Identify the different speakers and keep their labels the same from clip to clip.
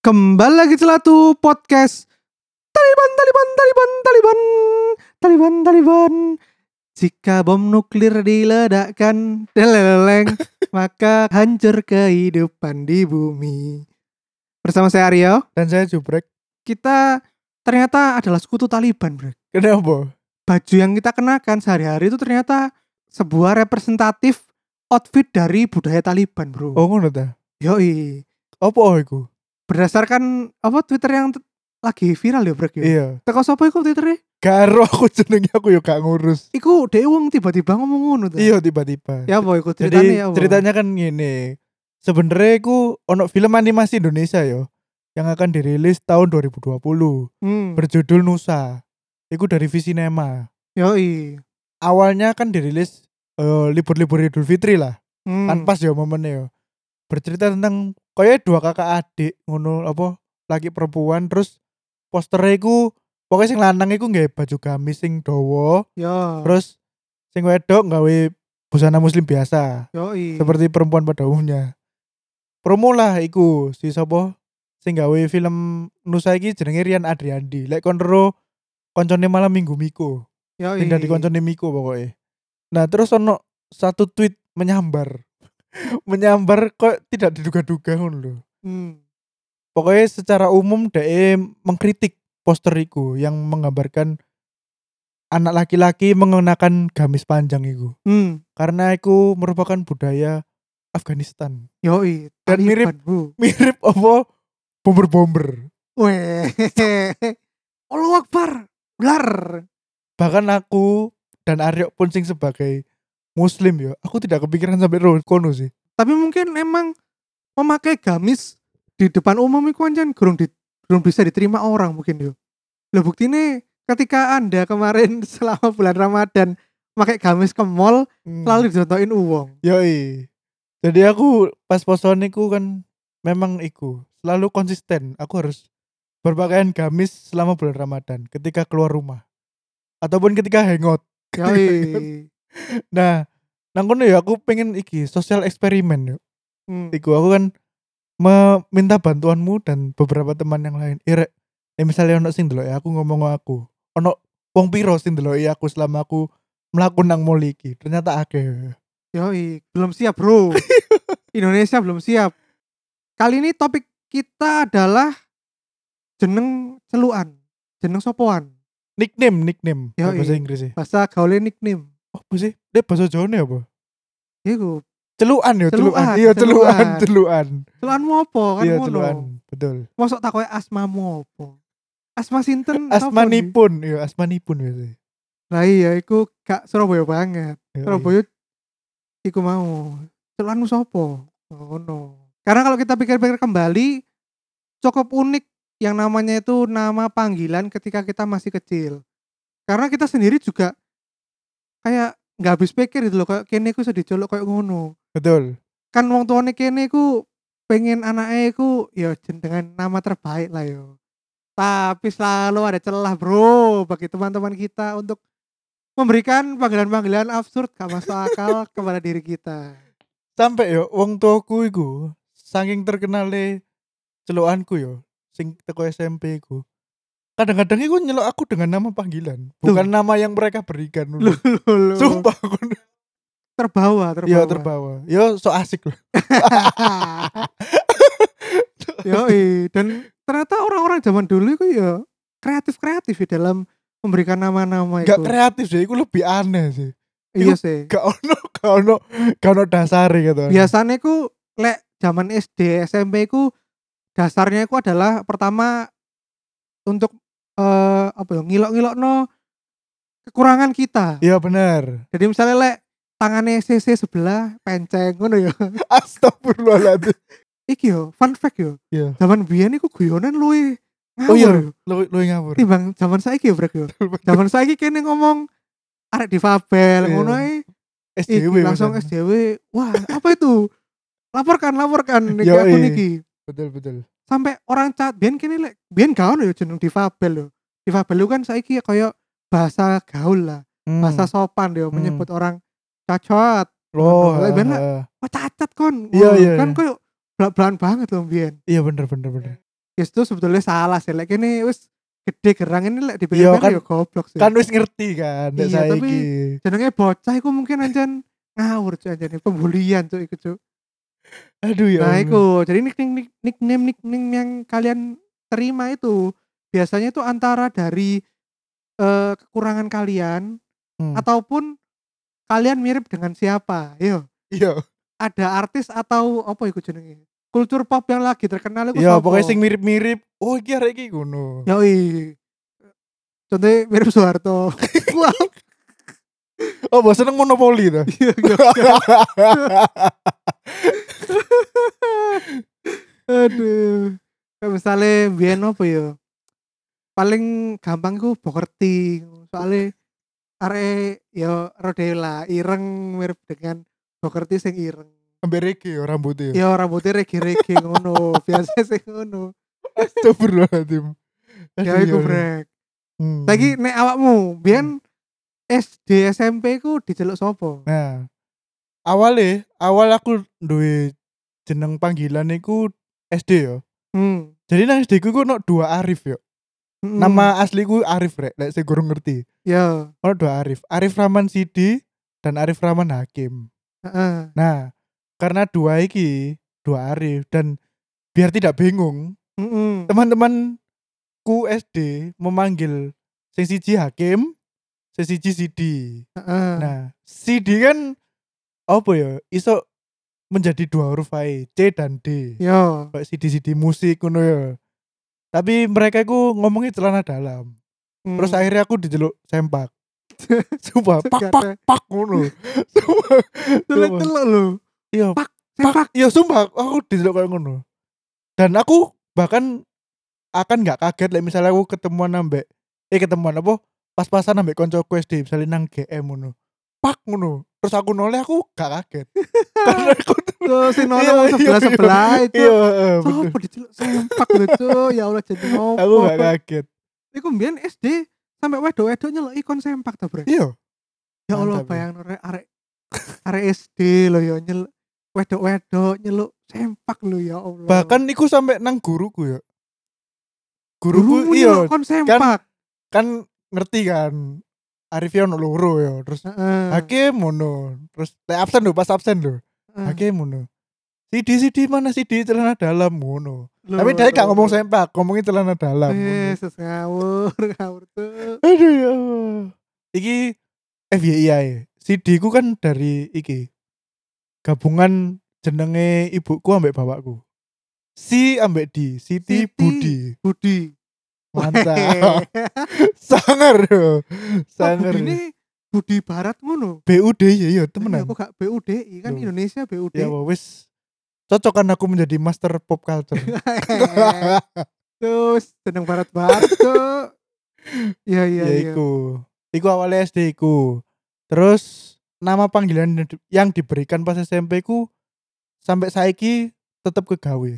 Speaker 1: Kembali lagi celatu podcast Taliban, Taliban, Taliban, Taliban, Taliban, Taliban. Jika bom nuklir diledakkan, deleleng, maka hancur kehidupan di bumi. Bersama saya Aryo,
Speaker 2: Dan saya jubrek.
Speaker 1: kita ternyata adalah sekutu Taliban, bro.
Speaker 2: Kenapa?
Speaker 1: Baju yang kita kenakan sehari-hari itu ternyata sebuah representatif outfit dari budaya Taliban, bro.
Speaker 2: Oh ngono ta?
Speaker 1: Yoi.
Speaker 2: Apa oh iku?
Speaker 1: Berdasarkan apa Twitter yang t- lagi viral ya, bro?
Speaker 2: Iya.
Speaker 1: Teko sapa iku Twitternya?
Speaker 2: Karo aku jenengnya aku yo gak ngurus.
Speaker 1: Iku dhewe wong tiba-tiba ngomong ngono ta.
Speaker 2: Iya tiba-tiba.
Speaker 1: Ya apa iku
Speaker 2: Jadi
Speaker 1: ceritanya ya apa?
Speaker 2: ceritanya kan gini. Sebenarnya aku ono film animasi Indonesia yo yang akan dirilis tahun 2020
Speaker 1: hmm.
Speaker 2: berjudul Nusa. Iku dari Visinema.
Speaker 1: Yoi.
Speaker 2: Awalnya kan dirilis eh, libur-libur Idul Fitri lah.
Speaker 1: Hmm.
Speaker 2: Kan pas yo momennya yo. Bercerita tentang kayak dua kakak adik ngono apa laki perempuan terus posternya iku pokoknya sing lanang iku nggak baju gamis sing dawa
Speaker 1: Hmm. Yo.
Speaker 2: terus sing wedok nggawe busana muslim biasa
Speaker 1: Yoi.
Speaker 2: seperti perempuan pada umumnya promo lah iku si sopo sing gawe film Nusa iki jenenge Rian Adriandi lek konro koncone malam minggu Miko
Speaker 1: Yoi.
Speaker 2: pindah di koncone Miko pokoknya nah terus ono satu tweet menyambar menyambar kok tidak diduga-duga ngono lho
Speaker 1: Hmm.
Speaker 2: pokoknya secara umum DE mengkritik poster iku yang menggambarkan anak laki-laki mengenakan gamis panjang iku
Speaker 1: Hmm.
Speaker 2: karena iku merupakan budaya Afghanistan
Speaker 1: Yoi. Taliban,
Speaker 2: Dan mirip.
Speaker 1: Bro.
Speaker 2: mirip apa bomber-bomber
Speaker 1: Weh. Allahu Akbar. Blar.
Speaker 2: bahkan aku dan Aryo pun sing sebagai muslim ya aku tidak kepikiran sampai roh kono sih
Speaker 1: Tapi mungkin emang memakai gamis di depan umum iku anjen gurung di gurung bisa diterima orang mungkin yo. Lah buktine ketika Anda kemarin selama bulan Ramadan pakai gamis ke mall
Speaker 2: Hmm.
Speaker 1: lalu dicontohin uang.
Speaker 2: Yoi. Jadi aku pas poson iku kan memang iku selalu konsisten. Aku harus berpakaian gamis selama bulan Ramadan ketika keluar rumah ataupun ketika hangout.
Speaker 1: Iya Yoi.
Speaker 2: Nah, nang kono ya aku pengen iki sosial eksperimen. yo.
Speaker 1: Hmm.
Speaker 2: Iku aku kan meminta bantuanmu dan beberapa teman yang lain. Irek, ya misalnya ono sing ndeloki aku ngomong karo aku. Ono wong piro sing ndeloki aku selama aku mlaku nang mall iki. Ternyata akeh.
Speaker 1: Yoi, belum siap bro. Indonesia belum siap. Kali ini topik kita adalah jeneng celuan, jeneng sopoan,
Speaker 2: Nickname, nickname.
Speaker 1: Yoi.
Speaker 2: Bahasa Inggris ya.
Speaker 1: bahasa gaulnya nickname.
Speaker 2: Oh, apa sih? Dia bahasa Jawa apa?
Speaker 1: Iku,
Speaker 2: Celuan ya, celuan.
Speaker 1: Celuan,
Speaker 2: Iya, celuan,
Speaker 1: celuan.
Speaker 2: celuan.
Speaker 1: celuanmu apa kan
Speaker 2: Iya,
Speaker 1: ngono.
Speaker 2: celuan. Betul.
Speaker 1: Mosok takoke asmamu apa? Asma sinten? Kan apa nih?
Speaker 2: Asmanipun, iya, iya. asmanipun biasanya.
Speaker 1: Lah iya, iku gak Surabaya banget.
Speaker 2: Yoi.
Speaker 1: Surabaya iku mau. Celanmu sopo? Ngono. Karena kalau kita pikir-pikir kembali cukup unik yang namanya itu nama panggilan ketika kita masih kecil. Karena kita sendiri juga kayak nggak habis pikir gitu loh kayak kene iku sedih colok kayak ngono.
Speaker 2: Betul.
Speaker 1: Kan wong tuane kene iku pengen anaknya iku ya jen- dengan nama terbaik lah yo. Tapi selalu ada celah bro bagi teman-teman kita untuk memberikan panggilan-panggilan absurd gak masuk akal kepada diri kita.
Speaker 2: Sampai yo wong tuaku iku saking terkenale celuanku yo sing teko SMP ku. Kadang-kadang iku nyeluk aku dengan nama panggilan, bukan nama yang mereka berikan.
Speaker 1: Loh, loh, loh.
Speaker 2: Sumpah aku
Speaker 1: terbawa, terbawa.
Speaker 2: yo Iya, terbawa. Yo so asik loh.
Speaker 1: Yoi, dan ternyata orang-orang zaman dulu itu ya kreatif-kreatif di dalam memberikan nama-nama itu.
Speaker 2: Gak kreatif sih, iku lebih aneh sih.
Speaker 1: iya sih.
Speaker 2: Gak ono, gak ono, gak ono dasare gitu.
Speaker 1: Biasanya ku lek zaman SD, SMP ku dasarnya ku adalah pertama untuk eh apa ya ngilok-ngilok kekurangan kita.
Speaker 2: Iya benar.
Speaker 1: Jadi misalnya lek tangannya CC sebelah penceng ngono ya.
Speaker 2: Astagfirullahaladzim.
Speaker 1: Iki yo fun fact yo.
Speaker 2: Iya.
Speaker 1: Zaman biyen iku guyonan luwe ngawur
Speaker 2: Oh iya.
Speaker 1: yo.
Speaker 2: Lu lu yang ngawur.
Speaker 1: timbang zaman saiki ya brek yo. Zaman saiki kene ngomong arek difabel
Speaker 2: Iya.
Speaker 1: ngono ae iki
Speaker 2: SDW
Speaker 1: langsung
Speaker 2: bener.
Speaker 1: SDW. Wah, apa itu? Laporkan, laporkan niki
Speaker 2: Yoi.
Speaker 1: aku niki.
Speaker 2: Betul betul.
Speaker 1: Sampai orang cat biyen kene lek biyen gak ono yo jeneng difabel yo. Difabel lu kan saiki ya koyo bahasa gaul lah, bahasa sopan yo
Speaker 2: Hmm.
Speaker 1: menyebut orang cacat.
Speaker 2: loh.
Speaker 1: Lah, eh, bener.
Speaker 2: ah, ah.
Speaker 1: Wah, cacat kon.
Speaker 2: Iya,
Speaker 1: Wah,
Speaker 2: iya,
Speaker 1: Kan
Speaker 2: iya.
Speaker 1: koyo belak-belakan banget loh biyen.
Speaker 2: Iya bener bener bener.
Speaker 1: ya itu sebetulnya salah sih lek ini wis gede gerang ini lek
Speaker 2: Iya,
Speaker 1: dipikir
Speaker 2: kan-
Speaker 1: ya goblok sih
Speaker 2: kan wis ngerti kan nek
Speaker 1: Iya, tapi-
Speaker 2: saiki.
Speaker 1: jenenge bocah iku mungkin anjan ngawur cuy anjan pembulian cuy iku cuy
Speaker 2: aduh ya
Speaker 1: nah
Speaker 2: Allah.
Speaker 1: iku jadi nickname nick- nickname nickname yang kalian terima itu biasanya itu antara dari eh, kekurangan kalian
Speaker 2: Hmm.
Speaker 1: ataupun kalian mirip dengan siapa yo
Speaker 2: iya
Speaker 1: ada artis atau apa iku jenenge kultur pop yang lagi terkenal iku
Speaker 2: iya
Speaker 1: sapa?
Speaker 2: pokoknya sing mirip-mirip oh iki arek iki ngono
Speaker 1: Yoi. Contohnya mirip Soeharto. Wah,
Speaker 2: oh bahasa seneng monopoli ta
Speaker 1: iya, iya. Aduh. Kayak misalnya biyen apa ya? Paling gampang ku Bokerti. Soalnya arek ya rodela ireng mirip dengan Bokerti sing ireng.
Speaker 2: ambil iki ya rambutnya
Speaker 1: Ya
Speaker 2: ya
Speaker 1: rambutnya regi-regi ngono, biasa sing ngono.
Speaker 2: astagfirullahaladzim
Speaker 1: Ya
Speaker 2: Aduh,
Speaker 1: iku
Speaker 2: Allah.
Speaker 1: brek.
Speaker 2: Hmm.
Speaker 1: Saiki nek awakmu biyen SD SMP ku dijeluk sapa?
Speaker 2: Nah, awalnya awal aku duwe jeneng panggilan iku SD yo.
Speaker 1: Hmm.
Speaker 2: Jadi nang SD ku ono dua Arif yo.
Speaker 1: Mm-mm.
Speaker 2: Nama asli ku Arif rek, lek sing kurang ngerti.
Speaker 1: Hmm, ya.
Speaker 2: Ono dua Arif, Arif Rahman Sidi dan Arif Rahman Hakim.
Speaker 1: Heeh.
Speaker 2: Nah, karena dua iki, dua Arif dan biar tidak bingung,
Speaker 1: Mm-mm.
Speaker 2: teman-temanku SD memanggil sing siji Hakim, sing siji Sidi.
Speaker 1: Heeh.
Speaker 2: Nah, CD kan apa ya? Iso menjadi dua huruf ae, C dan D.
Speaker 1: Yo.
Speaker 2: Kayak CD-CD musik ngono ya. Tapi mereka itu ngomongnya celana dalam.
Speaker 1: Mm.
Speaker 2: Terus akhirnya aku dijeluk sempak. Sumpah, Hmm. pak
Speaker 1: Gak
Speaker 2: pak
Speaker 1: ada.
Speaker 2: pak ngono. Sumpah.
Speaker 1: Telek
Speaker 2: Sumpah.
Speaker 1: telek lho.
Speaker 2: Iya,
Speaker 1: Pak,
Speaker 2: pak.
Speaker 1: Sepak.
Speaker 2: Iya, sumpah aku dijeluk kayak ngono. Dan aku bahkan akan nggak kaget like, misalnya aku ketemuan ambek eh ketemuan apa pas-pasan ambek koncoku SD misalnya nang GM ngono. Pak ngono. Terus aku noleh aku gak kaget. Karena aku
Speaker 1: Terus si
Speaker 2: Iya,
Speaker 1: Nono
Speaker 2: iya,
Speaker 1: sebelah sebelah
Speaker 2: iya.
Speaker 1: itu.
Speaker 2: Iya, heeh, bener.
Speaker 1: Sopo diceluk sempak lho, Cuk. Ya Allah jadi ngopo.
Speaker 2: Aku gak kaget.
Speaker 1: Iku mbiyen SD sampai wedok-wedok nyeluk ikon sempak ta, Bre.
Speaker 2: Iya.
Speaker 1: Ya Allah
Speaker 2: Mantap, ya.
Speaker 1: bayang arek arek arek SD lho ya nyeluk wedok-wedok nyeluk sempak lho ya Allah.
Speaker 2: Bahkan iku sampai nang guruku ya.
Speaker 1: gurumu
Speaker 2: Guruku
Speaker 1: iya
Speaker 2: iya
Speaker 1: kon sempak.
Speaker 2: kan ngerti kan. Arif ya ono loro ya. Terus
Speaker 1: Heeh.
Speaker 2: Hakim mono. Terus teh absen lho, pas absen lho.
Speaker 1: heeh.
Speaker 2: Hakim mono. Sidi sidi mana sidi celana dalam mono.
Speaker 1: Lho,
Speaker 2: Tapi dia
Speaker 1: lho.
Speaker 2: gak
Speaker 1: Eh,
Speaker 2: ngomong sempak, ngomongin celana dalam. ngono.
Speaker 1: Yesus ngawur ngawur tuh.
Speaker 2: Aduh ya Allah. Iki eh, iya, FYI ae. CD ku kan dari iki. Gabungan jenenge ibuku ambek bapakku. Si ambek di, Siti
Speaker 1: Siti.
Speaker 2: Budi.
Speaker 1: Budi.
Speaker 2: Mantap. Sangar
Speaker 1: Wah,
Speaker 2: yo. Sangar.
Speaker 1: Budi ini Budi Barat ngono.
Speaker 2: BUD ya ya
Speaker 1: Temenan.
Speaker 2: temenan.
Speaker 1: Aku gak BUDI kan
Speaker 2: Loh.
Speaker 1: Indonesia BUD.
Speaker 2: Ya wah, wis. Cocok kan aku menjadi master pop culture.
Speaker 1: Iya, Terus seneng barat banget tuh. Iya iya
Speaker 2: ya
Speaker 1: iya.
Speaker 2: iku. Iku awalnya SD iku. Terus nama panggilan yang di- yang diberikan pas SMP ku sampai saiki tetep kegawe.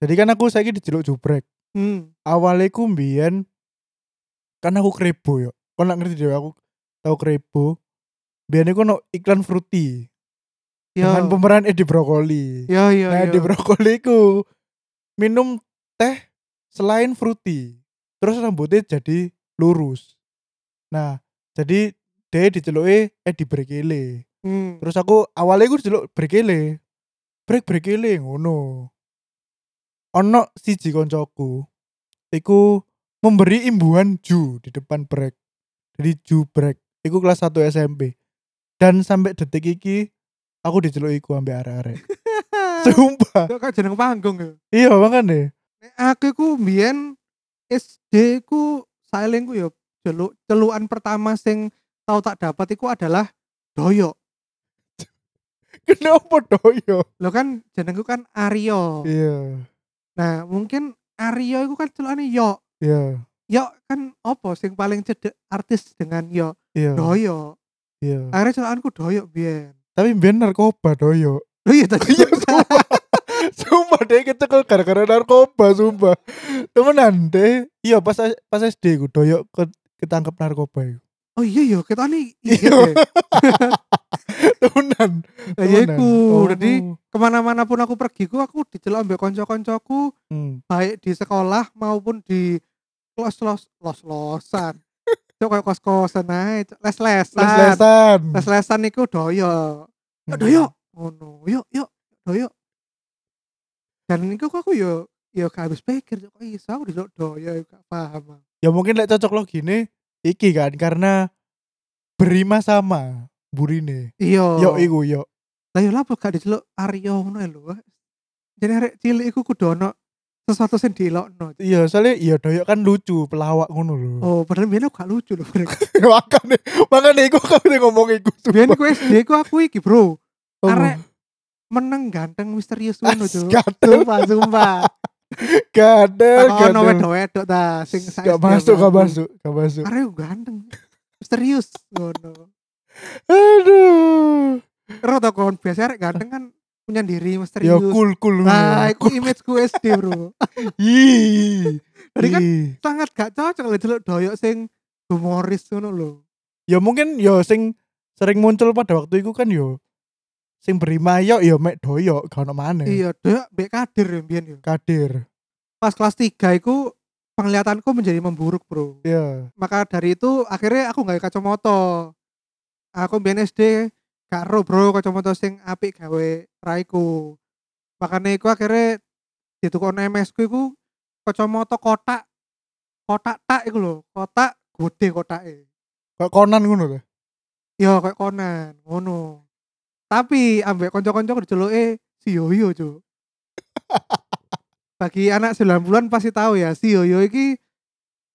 Speaker 2: Jadi kan aku saiki dijeluk jubrek.
Speaker 1: Hmm.
Speaker 2: Awalnya ku mbiyen kan aku krebo yo. Kau nak ngerti dhewe aku tau krebo. Mbiyen iku ono iklan fruity
Speaker 1: Yo.
Speaker 2: dengan pemeran Edi Brokoli.
Speaker 1: Yo yo. yo.
Speaker 2: nah, Edi Brokoli ku minum teh selain fruity. Terus rambutnya jadi lurus. Nah, jadi dia diceluki eh, Edi Brokoli.
Speaker 1: Hmm.
Speaker 2: Terus aku awalnya gue celuk berkele. Brek berkele ngono. Ono siji koncoku. Iku memberi imbuhan ju di depan brek. Jadi ju brek. Iku kelas 1 SMP. Dan sampai detik iki aku diceluk iku ambek arek-arek. Sumpah.
Speaker 1: Kok kayak jeneng panggung ya.
Speaker 2: Iya makane.
Speaker 1: Nek Aku ku mbiyen SD ku sailing ku yo celuk celuan pertama sing tau tak dapat iku adalah doyok.
Speaker 2: Kenapa doyo?
Speaker 1: Lo kan jenengku kan Aryo.
Speaker 2: Iya.
Speaker 1: Nah, mungkin Aryo iku kan celukane yo.
Speaker 2: Iya.
Speaker 1: Yo kan opo sing paling cedek artis dengan yo
Speaker 2: Iya.
Speaker 1: doyo.
Speaker 2: Iya.
Speaker 1: Akhirnya celakanku doyo biyen.
Speaker 2: Tapi ben narkoba doyo.
Speaker 1: Lho iya tadi.
Speaker 2: Iya, sumpah. sumpah deh kecekel gara-gara narkoba sumpah temenan deh iya pas pas SD ku doyok ke, ketangkep narkoba iku.
Speaker 1: Oh iya yo, kita nih iya.
Speaker 2: Iya.
Speaker 1: deh.
Speaker 2: Tunan.
Speaker 1: Lah ya iku,
Speaker 2: Tunan.
Speaker 1: dadi kemana-mana pun aku pergi ku aku dicelok ambek kanca-kancaku
Speaker 2: Hmm.
Speaker 1: baik di sekolah maupun di los los los losan itu kayak kos kosan aja les lesan
Speaker 2: Les-lesan.
Speaker 1: les lesan itu doyo yuk
Speaker 2: Hmm.
Speaker 1: doyo ngono yuk yuk doyo dan itu kok aku yo yo gak habis pikir kok iso aku diceluk doyo yo gak paham aku.
Speaker 2: Ya mungkin lek cocok logine iki kan karena berima sama burine.
Speaker 1: iya
Speaker 2: Yo iku yo.
Speaker 1: lah yo lapo gak diceluk Aryo ngono ya lho jadi arek cilik iku kudu ono sesuatu sing dielokno
Speaker 2: Iya, soalnya iya doyok kan lucu, pelawak ngono lho.
Speaker 1: oh padahal biyen aku gak lucu lho
Speaker 2: makane makane iku kabeh ngomong gitu. iku.
Speaker 1: biyen aku SD ku aku iki bro
Speaker 2: Oh.
Speaker 1: arek meneng ganteng misterius ngono
Speaker 2: As-
Speaker 1: cuk
Speaker 2: Gatel,
Speaker 1: Sumpah, sumpah.
Speaker 2: gatel,
Speaker 1: Takono
Speaker 2: gatel.
Speaker 1: wedok-wedok ta sing saes
Speaker 2: Gak masuk, gak masuk, gak masuk.
Speaker 1: Arek ganteng. Misterius ngono.
Speaker 2: Aduh.
Speaker 1: Ero to kon biasa arek ganteng kan punya diri
Speaker 2: Ya
Speaker 1: misterius.
Speaker 2: cool cool.
Speaker 1: Nah, iku image ku SD, Bro.
Speaker 2: Ih.
Speaker 1: Tadi kan-
Speaker 2: Ih.
Speaker 1: Sangat gak cocok lho delok doyok sing humoris ngono lho.
Speaker 2: ya mungkin ya sing sering muncul pada waktu itu kan yo sing beri mayok yo mek doyok gak ono maneh.
Speaker 1: Iya, doyok mbek kadir ya mbiyen ya.
Speaker 2: Kadir.
Speaker 1: Pas kelas 3 iku penglihatanku menjadi memburuk, Bro.
Speaker 2: Ya.
Speaker 1: maka dari itu akhirnya aku nggak kacamata aku mbien SD gak ero bro kacamata sing apik gawe raiku makanya aku akhirnya di tukang MS ku iku kacamata kotak kotak tak iku lho kotak gede kotake
Speaker 2: Kok konan ngono to.
Speaker 1: ya kayak konan ngono tapi ambek kanca-kanca diceluke si Yoyo cuk bagi anak 90-an pasti tahu ya si Yoyo iki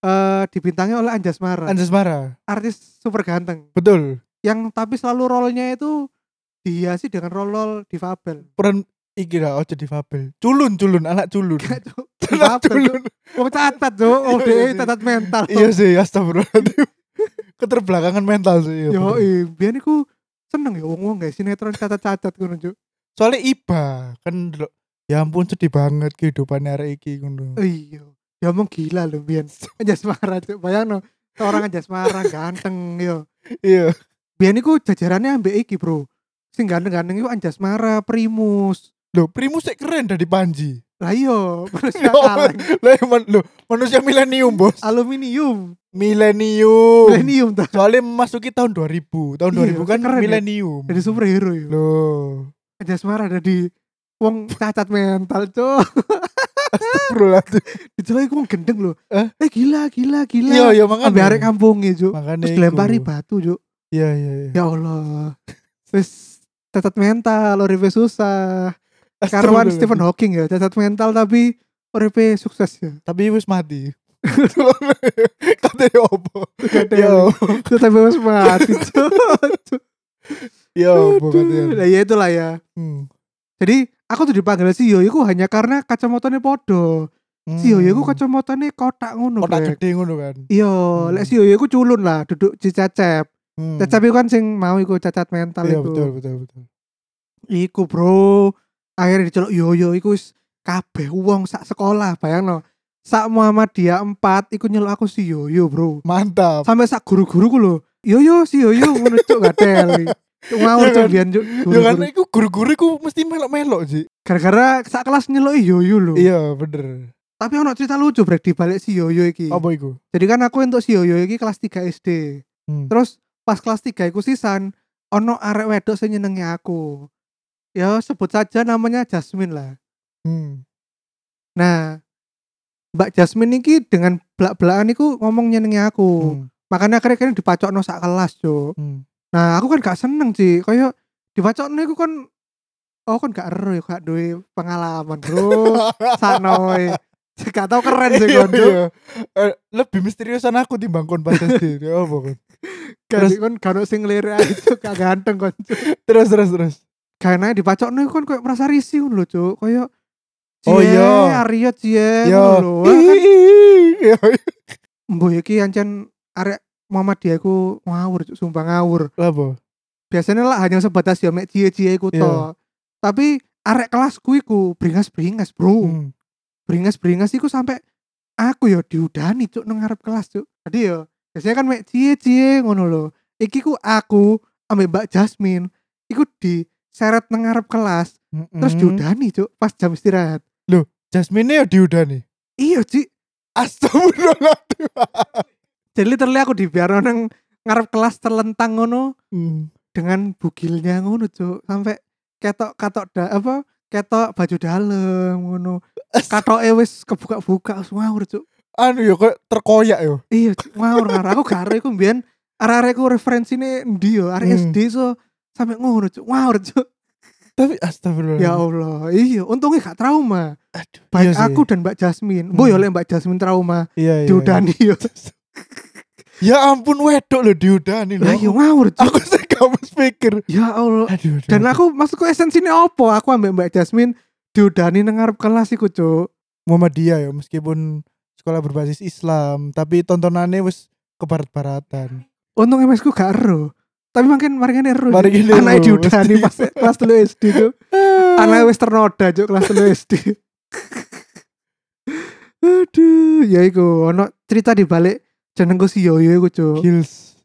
Speaker 1: eh dibintangi oleh Anjasmara
Speaker 2: Anjasmara.
Speaker 1: artis super ganteng
Speaker 2: Betul.
Speaker 1: yang tapi selalu role-nya itu dihiasi dengan role-role difabel
Speaker 2: Peran iki lah ojo difabel. Culun culun anak culun.
Speaker 1: Gak, Cuk. Difabel,
Speaker 2: Anak
Speaker 1: Cuk.
Speaker 2: culun.
Speaker 1: Wong catat Cuk. Oh,
Speaker 2: Iya,
Speaker 1: dhewe
Speaker 2: iya.
Speaker 1: catat mental
Speaker 2: Iya sih, astagfirullahaladzim. Keterbelakangan mental sih. iya,
Speaker 1: yo
Speaker 2: bener.
Speaker 1: biyen iku seneng ya wong-wong guys sinetron catat-catat ngono Cuk.
Speaker 2: Soalnya iba kan delok, ya ampun sedih banget kehidupan arek iki ngono.
Speaker 1: iya ya omong gila lho biyen aja Semarang Cuk. bayangno orang aja Semarang ganteng yo
Speaker 2: Iya.
Speaker 1: biyen iku jajarannya ambek iki bro sing ganteng-ganteng iku Anjasmara Primus
Speaker 2: Loh, Primus sih keren dari Panji.
Speaker 1: lah iya manusia
Speaker 2: Ya,
Speaker 1: kaleng
Speaker 2: Lah ya, man- loh, manusia milenium, Bos.
Speaker 1: aluminium
Speaker 2: Milenium.
Speaker 1: Ah. milenium ta
Speaker 2: Soalnya memasuki tahun 2000. Tahun
Speaker 1: Iya,
Speaker 2: 2000 kan
Speaker 1: keren ya.
Speaker 2: milenium.
Speaker 1: jadi superhero yo
Speaker 2: Loh.
Speaker 1: aja Semarang ada di wong cacat mental cok
Speaker 2: Bro lah.
Speaker 1: Iya,
Speaker 2: tuh.
Speaker 1: dicelok iku wong gendeng lho
Speaker 2: Eh?
Speaker 1: eh gila gila gila
Speaker 2: Iya, iya
Speaker 1: ambil arek
Speaker 2: makanya.
Speaker 1: kampung cok
Speaker 2: Makanya
Speaker 1: terus
Speaker 2: iku.
Speaker 1: dilempari batu cok
Speaker 2: Iya, iya, iya.
Speaker 1: ya Allah terus cacat mental uripe susah karuan
Speaker 2: Astagfirullah.
Speaker 1: Stephen Hawking ya cacat mental tapi uripe sukses ya
Speaker 2: Tapi wis mati. Kate opo? Yo,
Speaker 1: Yo, tapi harus mati cok
Speaker 2: yo opo
Speaker 1: Nah
Speaker 2: kate.
Speaker 1: ya itulah ya
Speaker 2: Hmm.
Speaker 1: jadi aku tuh dipanggil si Yoyo ku hanya karena kacamatanya podo si Yoyo ku kacamatanya kotak ngono
Speaker 2: kotak
Speaker 1: Brek.
Speaker 2: Hmm. gede ngono kan.
Speaker 1: Iya,
Speaker 2: Hmm.
Speaker 1: lek si Yoyo iku culun lah, duduk cicacep.
Speaker 2: Hmm.
Speaker 1: Cacep iku kan sing mau iku cacat mental
Speaker 2: Iya,
Speaker 1: iku.
Speaker 2: betul, betul, betul.
Speaker 1: Iku, Bro. Akhirnya diceluk Yoyo iku wis kabeh wong sak sekolah, bayangno. Sak Muhammadiyah 4 iku nyeluk aku si Yoyo, Bro.
Speaker 2: Mantap.
Speaker 1: Sampai sak guru-guruku lho. Yoyo si Yoyo ngono cuk gatel. Cuk mau
Speaker 2: Iya kan?
Speaker 1: cuk biyen cuk.
Speaker 2: Yo kan
Speaker 1: guru-guru.
Speaker 2: iku guru-guru iku mesti melok-melok, Ji.
Speaker 1: Gara-gara sak kelas nyeluk Yoyo lho.
Speaker 2: Iya, bener.
Speaker 1: Tapi ono cerita lucu brek di balik si Yoyo iki.
Speaker 2: Apa iku?
Speaker 1: Jadi kan aku untuk si Yoyo iki kelas 3 SD.
Speaker 2: Hmm.
Speaker 1: Terus pas kelas 3 iku sisan ono arek wedok sing nyenengi aku. Ya sebut saja namanya Jasmine lah.
Speaker 2: Hmm.
Speaker 1: Nah, Mbak Jasmine iki dengan belak-belakan iku ngomong nyenengi aku.
Speaker 2: Hmm.
Speaker 1: Makanya akhirnya kene dipacokno sak kelas, Cuk.
Speaker 2: Hmm.
Speaker 1: Nah, aku kan gak seneng sih. Kayak dipacokno iku kan oh kan gak ero ya gak duwe pengalaman, Bro. Sanoe. Gak tau keren sih
Speaker 2: Iya,
Speaker 1: kon, Cuk.
Speaker 2: iya. Eh, lebih misteriusan aku timbang kon pas SD. Ya apa kon?
Speaker 1: Terus
Speaker 2: Terus-
Speaker 1: kon gak ono sing lirik ae, Cuk. Gak ganteng kon.
Speaker 2: Terus terus terus.
Speaker 1: karena dipacok nih kan kayak merasa risih ngono lho cuk kayak
Speaker 2: Oh,
Speaker 1: "Cie,
Speaker 2: iya.
Speaker 1: Aryo cie
Speaker 2: Yo.
Speaker 1: ngono lho Wah, kan
Speaker 2: Ya. Iya, iya.
Speaker 1: mbuh iki ancen arek Muhammadiyah iku ngawur cuk sumpah ngawur
Speaker 2: Lah, apa?
Speaker 1: biasanya lah hanya sebatas ya mek cie-cie iku to
Speaker 2: Iya.
Speaker 1: tapi arek kelasku iku beringas-beringas bro
Speaker 2: Hmm.
Speaker 1: beringas-beringas iku sampai aku ya diudani cuk nang ngarep kelas cuk jadi ya biasanya kan mek cie-cie ngono lho iki ku aku ambil Mbak Jasmine iku di seret nengarep kelas
Speaker 2: Hmm.
Speaker 1: terus diudani cuk pas jam istirahat
Speaker 2: Jasmine ya diudani.
Speaker 1: iya Ci
Speaker 2: Astagfirullahaladzim.
Speaker 1: jadi literally aku dibiarno nang ngarep kelas terlentang ngono
Speaker 2: Hmm.
Speaker 1: dengan bugilnya ngono cuk sampai ketok katok da apa ketok baju dalam ngono katok wis kebuka-buka wis ngawur cuk
Speaker 2: anu ya kok terkoyak yo.
Speaker 1: iya Cuk. ngawur ngawur aku gak arek iku mbiyen arek-arek ku referensine endi yo arek
Speaker 2: Hmm.
Speaker 1: SD so sampai ngono cuk ngawur cuk
Speaker 2: Tapi astagfirullah.
Speaker 1: ya Allah iya untungnya gak trauma
Speaker 2: Aduh.
Speaker 1: baik
Speaker 2: Hmm. iya sih.
Speaker 1: aku dan Mbak Jasmine boy
Speaker 2: Hmm.
Speaker 1: oleh Mbak Jasmine trauma
Speaker 2: iya, iya,
Speaker 1: diudani yo
Speaker 2: iya. Ya ampun wedok lo diudani lo.
Speaker 1: lah iya, yo ngawur cuk
Speaker 2: Aku sih kamu pikir.
Speaker 1: ya Allah
Speaker 2: Aduh. aduh,
Speaker 1: dan aku
Speaker 2: aduh.
Speaker 1: maksudku esensinya opo aku ambek Mbak Jasmine diudani nang ngarep kelas iku cuk
Speaker 2: Muhammadiyah ya meskipun sekolah berbasis Islam tapi tontonannya wis kebarat-baratan.
Speaker 1: untung MS ku gak ero tapi mungkin mari kene ero
Speaker 2: Mari kene
Speaker 1: anak
Speaker 2: ero,
Speaker 1: diudani
Speaker 2: mesti.
Speaker 1: pas kelas 3 SD tuh
Speaker 2: Eh.
Speaker 1: anak wis ternoda cuk kelas 3 SD aduh ya iku ono cerita di balik jenengku si Yoyo iku cuk
Speaker 2: Gils.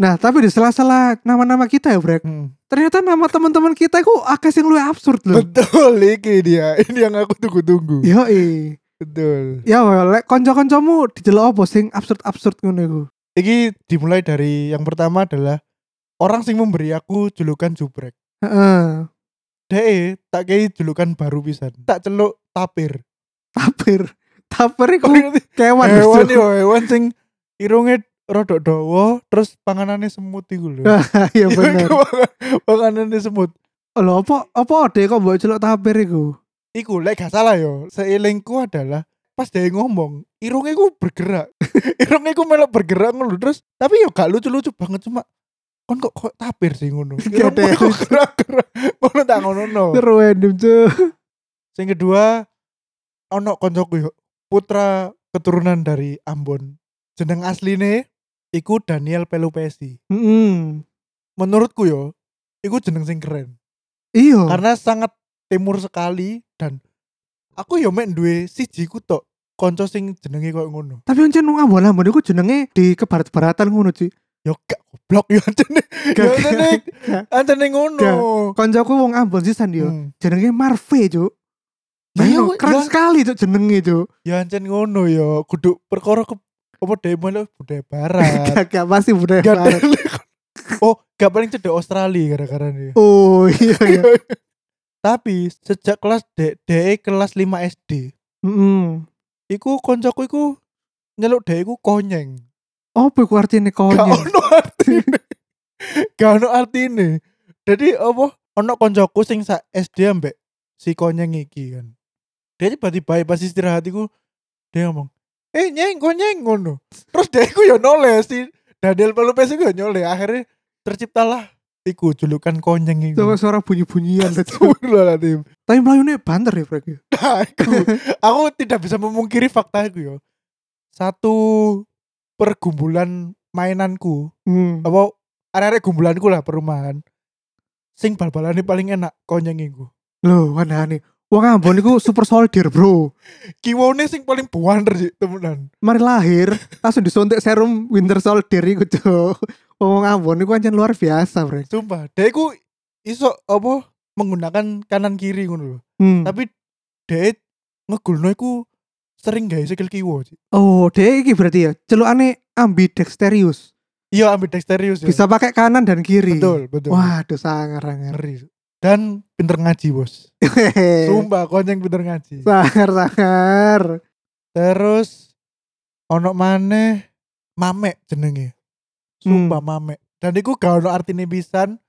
Speaker 1: nah tapi di sela-sela nama-nama kita ya Brek
Speaker 2: Hmm.
Speaker 1: ternyata nama teman-teman kita iku akeh sing luwih absurd
Speaker 2: Eh.
Speaker 1: loh
Speaker 2: Betul iki dia. Ini yang aku tunggu-tunggu.
Speaker 1: yo i
Speaker 2: Betul.
Speaker 1: ya wae, lek kanca-kancamu dijelok apa sing absurd-absurd ngono iku
Speaker 2: Iki dimulai dari yang pertama adalah orang sing memberi aku julukan jubrek.
Speaker 1: heeh
Speaker 2: Dee tak kei julukan baru pisan. Tak celuk tapir.
Speaker 1: tapir tapir iku
Speaker 2: Kau ngerti?
Speaker 1: kewan
Speaker 2: hewan
Speaker 1: yo
Speaker 2: yo hewan sing irunge rodok dawa terus panganannya semut iku lho.
Speaker 1: ya bener
Speaker 2: Iku pangan- Panganannya semut.
Speaker 1: Lho apa apa ade kok mbok celuk tapir iku?
Speaker 2: Iku lek gak salah yo. Seilingku adalah pas dia ngomong, irungnya ku bergerak. irungnya ku melok bergerak ngono lho. terus tapi yo gak lucu-lucu banget cuma kon kok kok tapir sih ngono.
Speaker 1: Gak ada
Speaker 2: Irungmu kok gerak-gerak. Ngono tak ngono no.
Speaker 1: Seru random cuy.
Speaker 2: Sing kedua ono koncoku yo, putra keturunan dari Ambon. Jeneng asline iku Daniel Pelupesi.
Speaker 1: Heeh.
Speaker 2: Menurutku yo, iku jeneng sing keren.
Speaker 1: Iya.
Speaker 2: Karena sangat timur sekali dan aku yo mek duwe siji ku tok konco sing jenenge koyo ngono.
Speaker 1: Tapi ancen wong ambon-ambon iku jenenge di kebarat-baratan ngono cuy.
Speaker 2: Yo gak goblok yo antene. Yo
Speaker 1: Gak-
Speaker 2: antene
Speaker 1: gak.
Speaker 2: antene ngono.
Speaker 1: Koncoku wong ambon sisan yo.
Speaker 2: Hmm.
Speaker 1: Jenenge Marve cuy.
Speaker 2: Ya,
Speaker 1: Bayangno,
Speaker 2: ya.
Speaker 1: keren sekali cuy jenenge cuy.
Speaker 2: Yo ancen ngono yo, kudu perkara ke apa demo budaya barat.
Speaker 1: Gak gak pasti budaya
Speaker 2: Eh. Gak
Speaker 1: barat.
Speaker 2: oh, gak paling cedek Australia gara-gara ini.
Speaker 1: Oh iya iya.
Speaker 2: Tapi sejak kelas D, DE kelas 5 SD,
Speaker 1: Heeh.
Speaker 2: iku koncoku iku nyeluk DE iku konyeng.
Speaker 1: Apa iku artine
Speaker 2: Gak
Speaker 1: konyol?
Speaker 2: ono artine. gak ono artine. Jadi apa? Ono koncoku sing sa SD ambek si konyeng iki kan. Dia tiba-tiba pas istirahat iku dia ngomong, "Eh, nyeng konyeng ngono." Terus dia iku yo noleh si Daniel Pelupes iku yo noleh. Akhirnya terciptalah iku julukan konyeng iku.
Speaker 1: Coba suara bunyi-bunyian cuy.
Speaker 2: Astagfirullahaladzim
Speaker 1: Tapi melayunya banter ya Frank. ya?
Speaker 2: Nah, aku, aku tidak bisa memungkiri fakta aku yo. Satu pergumpulan mainanku,
Speaker 1: Hmm.
Speaker 2: apa arek-arek gumbulanku lah perumahan. Sing bal-balane paling enak konyeng iku.
Speaker 1: Loh, aneh-aneh. Wong ambon iku super soldier, Bro.
Speaker 2: Kiwone sing paling buander sih temenan.
Speaker 1: mari lahir langsung disuntik serum Winter Soldier iku cuk. Wong Ambon iku anjen luar biasa, Brek.
Speaker 2: Sumpah, dia iku iso apa menggunakan kanan kiri ngono lho.
Speaker 1: Hmm.
Speaker 2: Tapi dia ngegulno iku sering gawe sikil kiwa sih.
Speaker 1: Oh, dia iki berarti ya celukane ambidexterius.
Speaker 2: Iya ambidexterius ya.
Speaker 1: Bisa pakai kanan dan kiri.
Speaker 2: betul, betul.
Speaker 1: Waduh, sangar-sangar.
Speaker 2: ngeri. Dan pinter ngaji, Bos.
Speaker 1: Eh.
Speaker 2: Sumpah konyeng pinter ngaji.
Speaker 1: Sangar-sangar.
Speaker 2: Terus ono maneh Mamek jenenge. Sumpah Mamek. Dan iku gak ono artine pisan.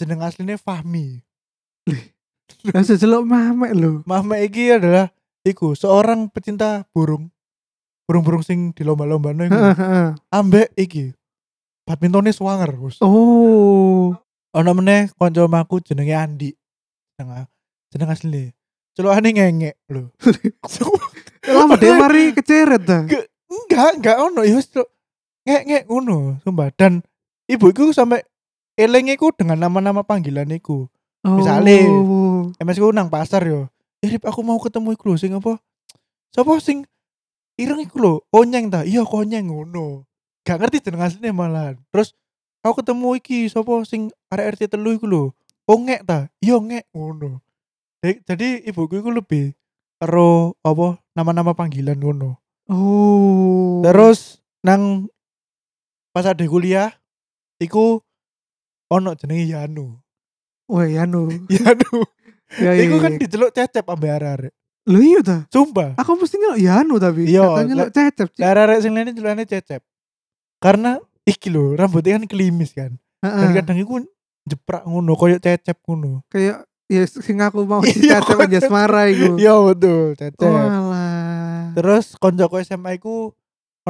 Speaker 2: Jeneng asline Fahmi.
Speaker 1: Langsung celuk mamek lho.
Speaker 2: Mamek iki adalah iku seorang pecinta burung. Burung-burung sing di lomba-lomba iku.
Speaker 1: Heeh, heeh.
Speaker 2: Ambek iki. Badmintonnya swanger, Bos.
Speaker 1: oh.
Speaker 2: Ono meneh kanca omahku jenenge Andi. Jeneng jeneng asline. Celokane ngengek lho.
Speaker 1: Lama dia mari keceret ta.
Speaker 2: Ge- enggak enggak ono ya wis Cuk. ngek ngek ngono sumpah dan ibu iku sampai eling iku dengan nama-nama panggilan iku Misale.
Speaker 1: Oh.
Speaker 2: MS ku nang pasar yo Irip aku mau ketemu iku lho sing apa sapa sing ireng iku lho konyeng ta iya konyeng ngono gak ngerti jeneng asline malahan terus aku ketemu iki sopo sing arek RT telu iku lho. Oh ngek ta? Iya ngek ngono. Dek, Jadi ibuku iku lebih ero apa nama-nama panggilan ngono.
Speaker 1: Oh.
Speaker 2: Terus nang pas ada kuliah iku ono jenenge Yanu.
Speaker 1: Wah, ya no.
Speaker 2: Yanu.
Speaker 1: Ya, ya, ya.
Speaker 2: iku kan diceluk cecep ambe arek.
Speaker 1: Lho iya ta?
Speaker 2: Sumpah.
Speaker 1: Aku mesti nyelok ya no tapi.
Speaker 2: Iya,
Speaker 1: Katanya
Speaker 2: lah-
Speaker 1: nyelok cecep. Ci.
Speaker 2: Arek-arek sing liyane celukane cecep. Karena iki lho, rambutnya kan kelimis kan. Dan
Speaker 1: Heeh.
Speaker 2: kadang iku jeprak ngono, koyo cecep ngono.
Speaker 1: Kayak ya sing aku mau si
Speaker 2: Iya,
Speaker 1: cecep
Speaker 2: kok.
Speaker 1: Anjasmara iku.
Speaker 2: Iya betul, cecep.
Speaker 1: Walah.
Speaker 2: Terus koncoku SMA iku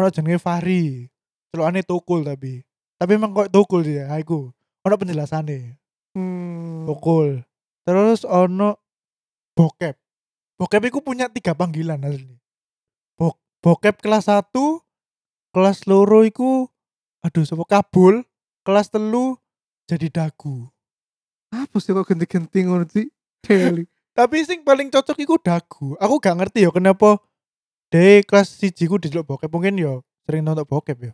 Speaker 2: ono jenenge Fahri. Celukane tukul tapi. Tapi emang koyo tukul sih ya, aku. Ono penjelasane.
Speaker 1: Hmm.
Speaker 2: Tukul. Terus ono bokep. Bokep iku punya tiga panggilan asli. Bok bokep kelas 1, kelas loro iku aduh sapa kabul, kelas telu jadi dagu.
Speaker 1: Apa sih kok genti-genti ngono sih? Deli.
Speaker 2: Tapi sing paling cocok iku dagu. Aku gak ngerti ya kenapa de kelas siji ku dijeluk bokep mungkin ya sering nonton bokep ya.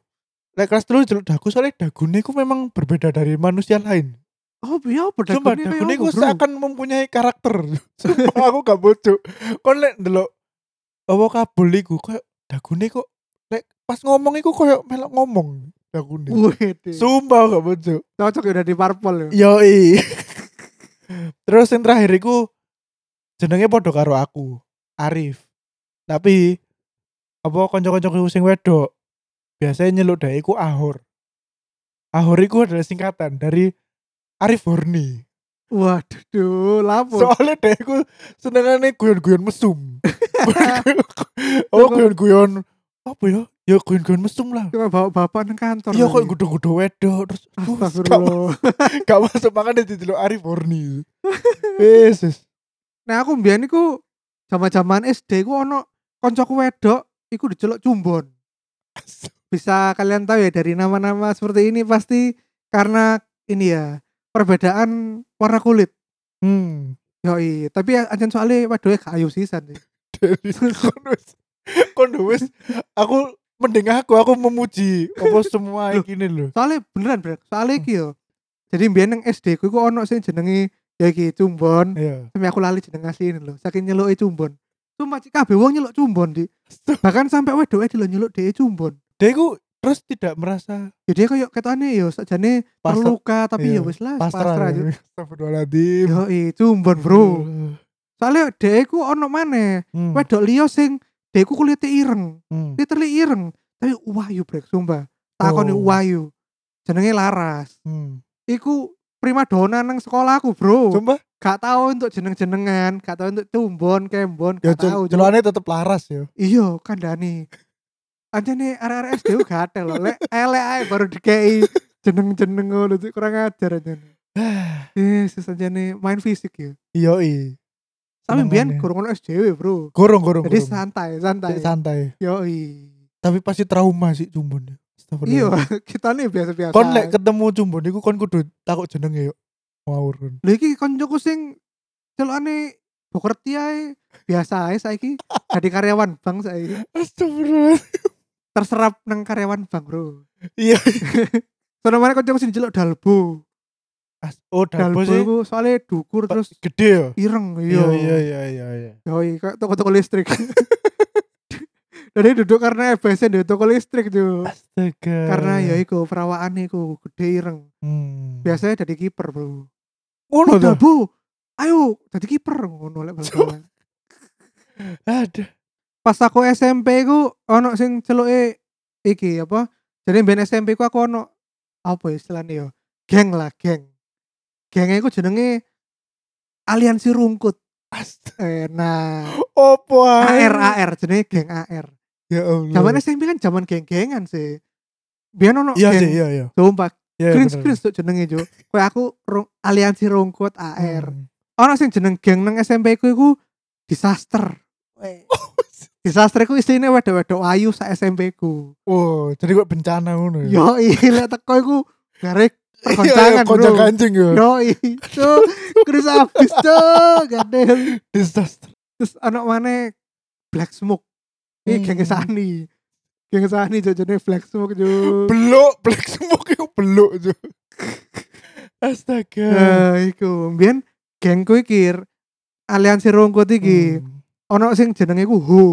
Speaker 2: Lek kelas telu dijeluk dagu soalnya dagune ku memang berbeda dari manusia lain.
Speaker 1: Oh, iya apa
Speaker 2: Sumpah
Speaker 1: dagunya kayak
Speaker 2: dagune
Speaker 1: apa,
Speaker 2: ku
Speaker 1: bro?
Speaker 2: seakan mempunyai karakter. Sumpah aku gak bocok. Kon lek ndelok apa kabul iku koyo dagune kok lek pas ngomong iku koyo melok ngomong dagune.
Speaker 1: Wede.
Speaker 2: Sumpah aku gak bocok.
Speaker 1: Cocok ya udah di parpol ya.
Speaker 2: Iya. Yoi. Terus yang terakhir iku jenenge padha karo aku, Arif. Tapi apa kanca-kancaku sing wedok biasanya nyeluk dhek iku Ahor. Ahor iku adalah singkatan dari Arif Horni.
Speaker 1: Waduh, duh, lapo.
Speaker 2: Soalnya dhek iku senengane guyon-guyon mesum. oh, guyon-guyon apa ya? Ya guyon-guyon mesum lah.
Speaker 1: Cuma bawa bapak nang kantor.
Speaker 2: Iya kok
Speaker 1: lagi.
Speaker 2: gudo-gudo wedok terus aduh, gak
Speaker 1: Astagfirullah.
Speaker 2: gak masuk makanya dijeluk Arif Horni. Yesus.
Speaker 1: Nah, aku mbiyen iku zaman-zaman SD ku ono koncoku wedok iku diceluk Cumbon. Bisa kalian tahu ya dari nama-nama seperti ini pasti karena ini ya perbedaan warna kulit.
Speaker 2: Hmm.
Speaker 1: Yoi, tapi anjen soalnya waduh gak ayu sisan sih.
Speaker 2: Dari kono wis- kono wis aku mending aku aku memuji apa semua
Speaker 1: Loh.
Speaker 2: ini lho.
Speaker 1: Soalnya beneran bener.
Speaker 2: Hmm.
Speaker 1: Soalnya iki yo. Jadi mbiyen nang SD ku iku ono sing jenenge ya iki Cumbon.
Speaker 2: Iya.
Speaker 1: Sampai aku lali jeneng asline lho, saking nyeluki Cumbon. Cuma cik kabeh wong nyeluk Cumbon, Dik. Bahkan sampai wedoke dilok nyeluk dhek Cumbon. Ya
Speaker 2: Dia iku terus tidak merasa
Speaker 1: jadi kayak ketane yo sakjane
Speaker 2: Pasrah.
Speaker 1: terluka tapi
Speaker 2: Iya.
Speaker 1: ya wis lah
Speaker 2: pasrah.
Speaker 1: yo.
Speaker 2: Astagfirullahaladzim.
Speaker 1: Yo i cumbon bro. Soalnya dhek ku ono maneh
Speaker 2: Hmm.
Speaker 1: wedok liya sing dhek ku kulite ireng,
Speaker 2: Hmm.
Speaker 1: literally ireng. Tapi wahyu brek sumpah. Takon
Speaker 2: Oh.
Speaker 1: wahyu. Jenenge Laras.
Speaker 2: Hmm.
Speaker 1: Iku primadona nang sekolahku, Bro.
Speaker 2: Sumpah,
Speaker 1: Gak tau untuk jeneng-jenengan, gak tau untuk tumbon, kembon,
Speaker 2: ya
Speaker 1: gak tau. Cuk.
Speaker 2: celane tetep laras ya.
Speaker 1: Iya, kandhani. Anjane arek-arek SD ku gak ada lho. Lek elek ae baru dikei jeneng-jeneng ngono Cuk. kurang ajar anjane. Yesus aja nih main fisik ya.
Speaker 2: Iya i.
Speaker 1: Tapi
Speaker 2: Seneng
Speaker 1: biar
Speaker 2: aneh.
Speaker 1: kurang ono SJW ya, bro.
Speaker 2: Gorong gorong.
Speaker 1: Jadi
Speaker 2: gorong.
Speaker 1: santai,
Speaker 2: Jadi
Speaker 1: santai.
Speaker 2: santai.
Speaker 1: Yoi.
Speaker 2: Tapi pasti trauma sih cumbon.
Speaker 1: Iya,
Speaker 2: Astagfirullahaladzim.
Speaker 1: kita nih biasa-biasa.
Speaker 2: Kon lek ketemu cumbon iku kon kudu takut jenenge yo. Ngawur. kon.
Speaker 1: Lho iki koncoku sing celokane Bogor tiae biasa ae saiki jadi karyawan bank saiki.
Speaker 2: Astagfirullah.
Speaker 1: Terserap nang karyawan bank, Bro.
Speaker 2: Iya.
Speaker 1: Soalnya mana koncoku sing jelok Dalbo.
Speaker 2: As- Oh,
Speaker 1: Dalbo
Speaker 2: dalbo sih.
Speaker 1: iku soalnya dukur terus
Speaker 2: gede ya.
Speaker 1: ireng
Speaker 2: Iya
Speaker 1: yo.
Speaker 2: iya iya iya iya.
Speaker 1: Yoi, kayak toko-toko listrik. Jadi duduk karena EBS di toko listrik
Speaker 2: Eh.
Speaker 1: tuh.
Speaker 2: Astaga.
Speaker 1: karena ya iku perawaannya iku gede ireng
Speaker 2: Hmm.
Speaker 1: biasanya jadi kiper bro oh
Speaker 2: ngono ta.
Speaker 1: bu ayo jadi kiper ngono lek bal-balan.
Speaker 2: Ada.
Speaker 1: pas aku SMP ku ono sing celuke iki apa jadi ben SMP ku aku ono apa ya istilahnya ya geng lah geng gengnya ku jenenge aliansi rungkut
Speaker 2: Astaga.
Speaker 1: eh, nah
Speaker 2: Opo ae?
Speaker 1: AR AR jenenge geng AR
Speaker 2: Ya Allah.
Speaker 1: zaman SMP kan zaman geng-gengan sih biar ono
Speaker 2: Iya
Speaker 1: geng
Speaker 2: sih iya iya.
Speaker 1: sumpah
Speaker 2: Iya,
Speaker 1: green
Speaker 2: bener.
Speaker 1: screen tuh jenenge jo kayak aku rung- aliansi rungkut AR
Speaker 2: Hmm.
Speaker 1: ono sing jeneng geng nang SMP ku iku disaster. Disaster iku isine wedok-wedok ayu sak SMP ku.
Speaker 2: Oh, jadi kok bencana ngono ya.
Speaker 1: Yo lek teko iku garek
Speaker 2: Iya,
Speaker 1: perkoncangan
Speaker 2: kocak
Speaker 1: bro.
Speaker 2: kancing ya.
Speaker 1: Yo cuk Chris abis cuk gadel.
Speaker 2: Disaster.
Speaker 1: Terus ono maneh Black Smoke. Ini
Speaker 2: Hmm.
Speaker 1: geng Sani. Kayak kesani jojone flex smoke yo.
Speaker 2: Beluk, black smoke iku beluk, Cuk. Astaga.
Speaker 1: Nah, iku. Mbiyen gengku iki aliansi rungkut iki
Speaker 2: Hmm.
Speaker 1: ono sing jenenge ku Ho.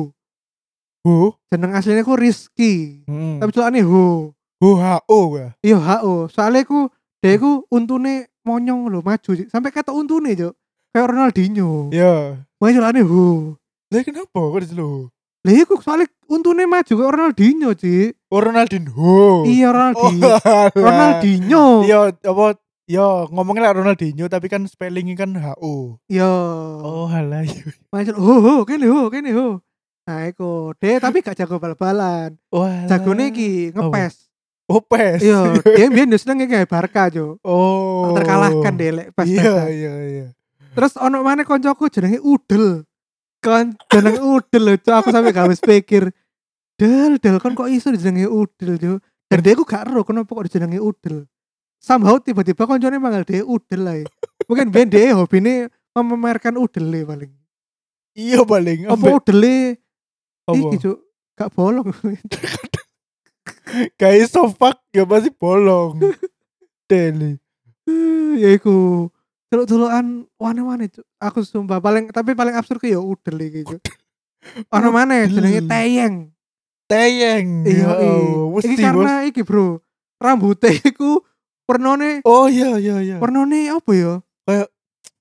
Speaker 2: Hu.
Speaker 1: Jeneng aslinya ku Rizky.
Speaker 2: Hmm.
Speaker 1: Tapi celakane Ho.
Speaker 2: Hu HO ya.
Speaker 1: Iya HO. Soale ku dhek ku untune monyong lho maju sampai kata untune, Cuk. Kayak Ronaldinho.
Speaker 2: Ya.
Speaker 1: Makanya celakane Ho.
Speaker 2: Lah kenapa kok dulu?
Speaker 1: Lah iku soalnya untune maju kayak Ronaldinho, Cik.
Speaker 2: Oh Ronaldinho.
Speaker 1: Iya
Speaker 2: Oh,
Speaker 1: Ronaldinho. Ronaldinho.
Speaker 2: Iya, apa ya ngomongnya lah Ronaldinho tapi kan spellingnya kan HO.
Speaker 1: Iya.
Speaker 2: Oh, halah.
Speaker 1: Macam ho ho kene ho kene ho. Nah iku, Dek tapi gak jago bal-balan.
Speaker 2: Wah.
Speaker 1: Jagone iki
Speaker 2: Eh.
Speaker 1: ngepes.
Speaker 2: Opes.
Speaker 1: Oh, Iya, dia biyen yo seneng kayak Barca jo.
Speaker 2: Oh.
Speaker 1: Terkalahkan deh lek pas
Speaker 2: Iya, iya, iya.
Speaker 1: Terus ono mana koncoku jenenge Udel. Kon jeneng Udel lho, Cuk. aku sampe gak wis pikir. Del, del kon kok iso jenenge Udel jo. Dan dia aku gak ero kenapa kok jenenge Udel. Somehow tiba-tiba koncone manggil dia Udel lah. Mungkin biyen dia hobine memamerkan udele paling.
Speaker 2: Iya paling.
Speaker 1: Apa
Speaker 2: ambek-
Speaker 1: udele
Speaker 2: apa?
Speaker 1: iki, Cuk? Gak bolong.
Speaker 2: Kayak sofak ya pasti bolong. Deli.
Speaker 1: Eh, ya iku celuk-celukan wane-wane cuk. Aku sumpah paling tapi paling absurd ku ya udel iki cuk. Ono maneh
Speaker 2: Udel.
Speaker 1: jenenge Teyeng.
Speaker 2: Teyeng.
Speaker 1: Iya,
Speaker 2: Ya Allah,
Speaker 1: iya. Iki
Speaker 2: mesti, bos.
Speaker 1: karena iki, Bro. Rambutnya iku warnane
Speaker 2: Oh iya iya iya.
Speaker 1: warnane apa ya?
Speaker 2: Kayak-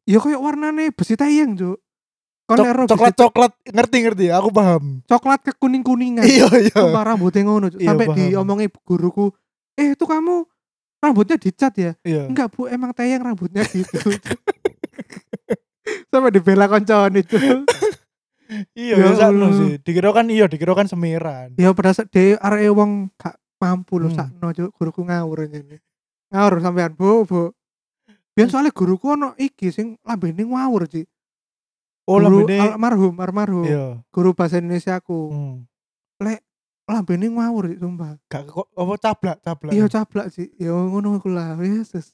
Speaker 1: ya kayak warnane besi teyeng, Cuk. Kon
Speaker 2: Cok-
Speaker 1: lek ro besi-
Speaker 2: coklat coklat ngerti ngerti aku paham.
Speaker 1: coklat ke kuning-kuningan.
Speaker 2: Iya iya.
Speaker 1: Sumpah rambutnya ngono, Cuk.
Speaker 2: Iya,
Speaker 1: Sampai
Speaker 2: paham.
Speaker 1: diomongi guruku, "Eh, itu kamu rambutnya dicat ya?"
Speaker 2: Iya.
Speaker 1: Enggak bu, emang tayang rambutnya gitu. Sama dibela koncon itu.
Speaker 2: Iya
Speaker 1: Ya
Speaker 2: ya sakno
Speaker 1: Allah.
Speaker 2: sih. Dikira kan iya dikira kan semiran.
Speaker 1: ya pada saat dia arek wong gak mampu lho
Speaker 2: Hmm.
Speaker 1: sakno cuk guruku ngawur ini. Ngawur sampean bu bu. Biar soalnya guruku ono iki sing lambene ngawur sih.
Speaker 2: Oh
Speaker 1: Guru
Speaker 2: lambene
Speaker 1: almarhum almarhum
Speaker 2: iya.
Speaker 1: guru bahasa Indonesia aku.
Speaker 2: Hmm.
Speaker 1: Lambene ngawur sih sumpah.
Speaker 2: Gak kok apa cablak cablak.
Speaker 1: Iya cablak sih. Ya ngono iku lah. Yesus.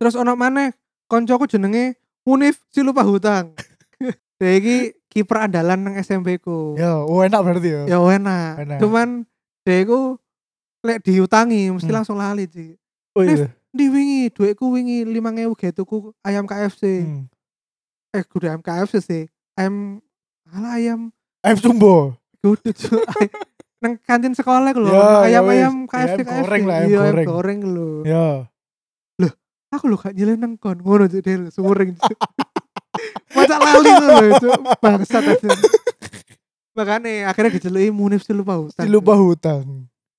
Speaker 1: Terus ono maneh koncoku jenenge Munif si lupa hutang. Dia iki kiper andalan nang SMP ku.
Speaker 2: Ya, oh enak berarti ya.
Speaker 1: Ya enak.
Speaker 2: Enak.
Speaker 1: Cuman dia iku lek diutangi mesti
Speaker 2: Hmm.
Speaker 1: langsung lali sih.
Speaker 2: Oh iya.
Speaker 1: Di wingi duitku wingi 5000 ge tuku ayam KFC.
Speaker 2: Hmm.
Speaker 1: Eh kudu ayam KFC sih. Ayam ala ayam
Speaker 2: Ayam sumbo.
Speaker 1: kudu cu- ay- nang kantin sekolah ku lho.
Speaker 2: Ya, ya
Speaker 1: Ayam-ayam
Speaker 2: wis. Ya,
Speaker 1: KFC
Speaker 2: ayam goreng lah, ayam
Speaker 1: Iya, ayam
Speaker 2: goreng.
Speaker 1: goreng lho.
Speaker 2: Ya.
Speaker 1: aku lo gak nyeleneng kon ngono cuk del suwering cuk masa lali tuh lho itu bangsat aja makanya akhirnya diceluki munif si lupa hutan
Speaker 2: Lupa Hmm. hutang.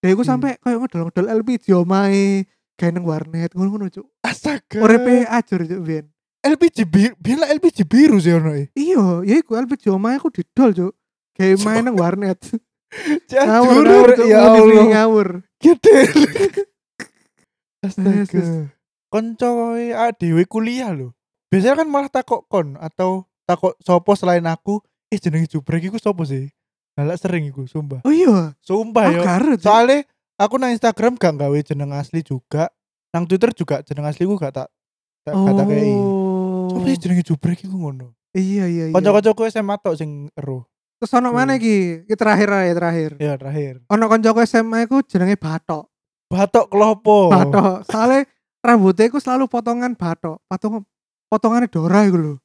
Speaker 1: ya aku sampai kayak ngedol-ngedol LPG omae kayak neng warnet ngono-ngono cuk
Speaker 2: Astaga.
Speaker 1: urepe
Speaker 2: Ya.
Speaker 1: ajur cuk biyen
Speaker 2: LPG biru, biar lah LPG biru sih ono. e.
Speaker 1: iya ya iku LPG omae aku didol cuk kayak main neng warnet ngawur
Speaker 2: Ngawur,
Speaker 1: ngawur cuk
Speaker 2: Eh, ya
Speaker 1: munif ini
Speaker 2: Allah.
Speaker 1: ngawur
Speaker 2: Gede.
Speaker 1: Yesus.
Speaker 2: Astaga. Konco adewe kuliah lho. Biasanya kan malah takok kon atau takok sopo selain aku, eh jenenge jubrek iku sopo sih? Galak sering iku, sumpah.
Speaker 1: oh iya
Speaker 2: Sumpah
Speaker 1: aku
Speaker 2: yo.
Speaker 1: karo cuk
Speaker 2: Soale aku nang Instagram gak gawe jeneng asli juga. Nang Twitter juga jeneng asli ku gak tak tak gak tak kei.
Speaker 1: oh
Speaker 2: Sopo sih jenenge jubrek iku ngono?
Speaker 1: iya iya iya
Speaker 2: Kanca-kancaku SMA tok sing ero.
Speaker 1: terus ono mana
Speaker 2: Hmm.
Speaker 1: iki Iki terakhir ae terakhir
Speaker 2: Ya terakhir.
Speaker 1: ono koncoku SMA iku jenenge Batok.
Speaker 2: Batok klopo.
Speaker 1: Batok. Soale rambutnya iku selalu potongan batok. Patung potongane Dora iku lho.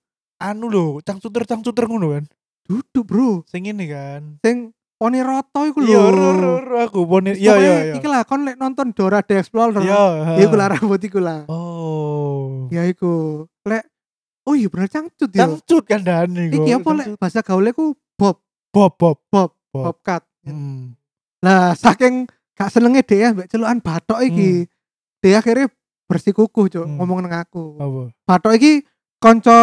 Speaker 2: Anu lho, cang cuter cang cuter ngono kan.
Speaker 1: Duduk, Bro.
Speaker 2: Sing ini kan.
Speaker 1: Sing poni roto iku lho.
Speaker 2: Iya, ro, ro, ro, aku bonir. Iya, iya, iya.
Speaker 1: Iki lah kon lek nonton Dora the Explorer. Ya
Speaker 2: Iya.
Speaker 1: Iku lah rambut iku lah.
Speaker 2: Oh.
Speaker 1: Ya iku. Lek Oh iya bener cangcut ya.
Speaker 2: Cangcut kan Dani
Speaker 1: Iki apa lek bahasa gaulnya ku bob,
Speaker 2: Bob Bob. Bob.
Speaker 1: bobcat.
Speaker 2: Hmm.
Speaker 1: Lah saking gak senenge dhek ya mbek celukan batok iki. Dia akhirnya bersikukuh, Cuk,
Speaker 2: Hmm.
Speaker 1: ngomong nang aku.
Speaker 2: Apa?
Speaker 1: Batok iki konco